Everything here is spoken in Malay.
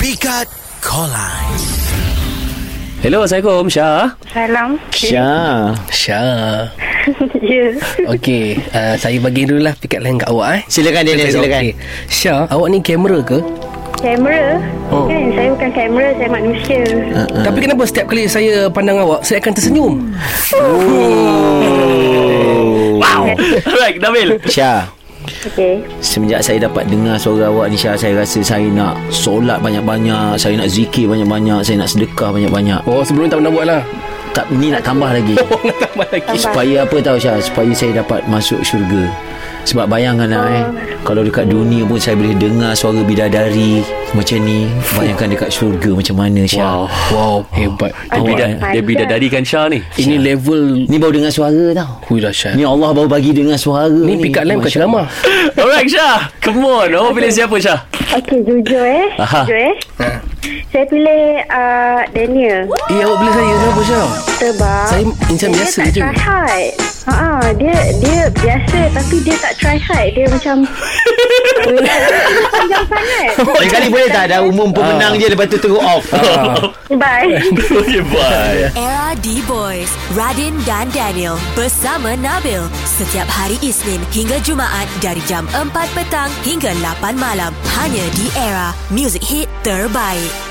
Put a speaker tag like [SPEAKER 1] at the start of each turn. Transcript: [SPEAKER 1] Pikat Kolai.
[SPEAKER 2] Hello, Assalamualaikum Syah.
[SPEAKER 3] Salam.
[SPEAKER 2] Syah.
[SPEAKER 4] Syah
[SPEAKER 3] Ya.
[SPEAKER 4] Okey uh, Saya bagi dulu lah Pikat lain kat awak eh
[SPEAKER 1] Silakan Daniel,
[SPEAKER 4] Okey.
[SPEAKER 1] silakan.
[SPEAKER 4] Syah Awak ni kamera ke?
[SPEAKER 3] Kamera.
[SPEAKER 4] Oh.
[SPEAKER 3] Kan, saya bukan kamera, saya manusia.
[SPEAKER 4] Uh. Tapi kenapa setiap kali saya pandang awak Saya akan tersenyum
[SPEAKER 2] Wow. Alright, Nabil.
[SPEAKER 1] Syah,
[SPEAKER 3] Okey.
[SPEAKER 1] semenjak saya dapat dengar suara awak ni Syah, saya rasa saya nak solat banyak-banyak, saya nak zikir banyak-banyak, saya nak sedekah banyak-banyak.
[SPEAKER 4] Oh sebelum tak pernah buat lah
[SPEAKER 1] Tak ni nak tambah lagi.
[SPEAKER 4] Oh nak tambah lagi
[SPEAKER 1] Supaya apa tahu Syah, supaya saya dapat masuk syurga. Sebab bayangkan lah eh Kalau dekat dunia pun Saya boleh dengar suara bidadari Macam ni Bayangkan dekat syurga Macam mana
[SPEAKER 4] Oh.
[SPEAKER 1] Syah wow.
[SPEAKER 4] Wow Hebat
[SPEAKER 2] Dia, bida, dia bidadari kan Syah ni.
[SPEAKER 4] Ini level
[SPEAKER 1] Ni baru dengar suara tau
[SPEAKER 4] Hui lah Syah
[SPEAKER 1] Ni Allah baru bagi dengar suara
[SPEAKER 4] Ni pikat lain bukan
[SPEAKER 1] Masya
[SPEAKER 4] ceramah
[SPEAKER 2] Alright, Syah. Come on. Awak pilih siapa, Syah?
[SPEAKER 3] Okey, jujur eh.
[SPEAKER 2] Aha.
[SPEAKER 3] Jujur eh. Saya pilih uh, Daniel
[SPEAKER 4] Eh awak boleh saya Kenapa Syah?
[SPEAKER 3] sebab
[SPEAKER 4] Saya insan biasa
[SPEAKER 3] dia Ya, tak
[SPEAKER 4] je.
[SPEAKER 3] try hard. Ha ah, dia dia biasa tapi dia tak try hard. Dia macam panjang sangat.
[SPEAKER 1] Lain kali boleh tak Dah umum pemenang je Lepas tu terus off
[SPEAKER 3] Bye.
[SPEAKER 2] okay, bye.
[SPEAKER 5] Era D-Boys, Radin dan Daniel bersama Nabil setiap hari Isnin hingga Jumaat dari jam 4 petang hingga 8 malam hanya di Era Music Hit Terbaik.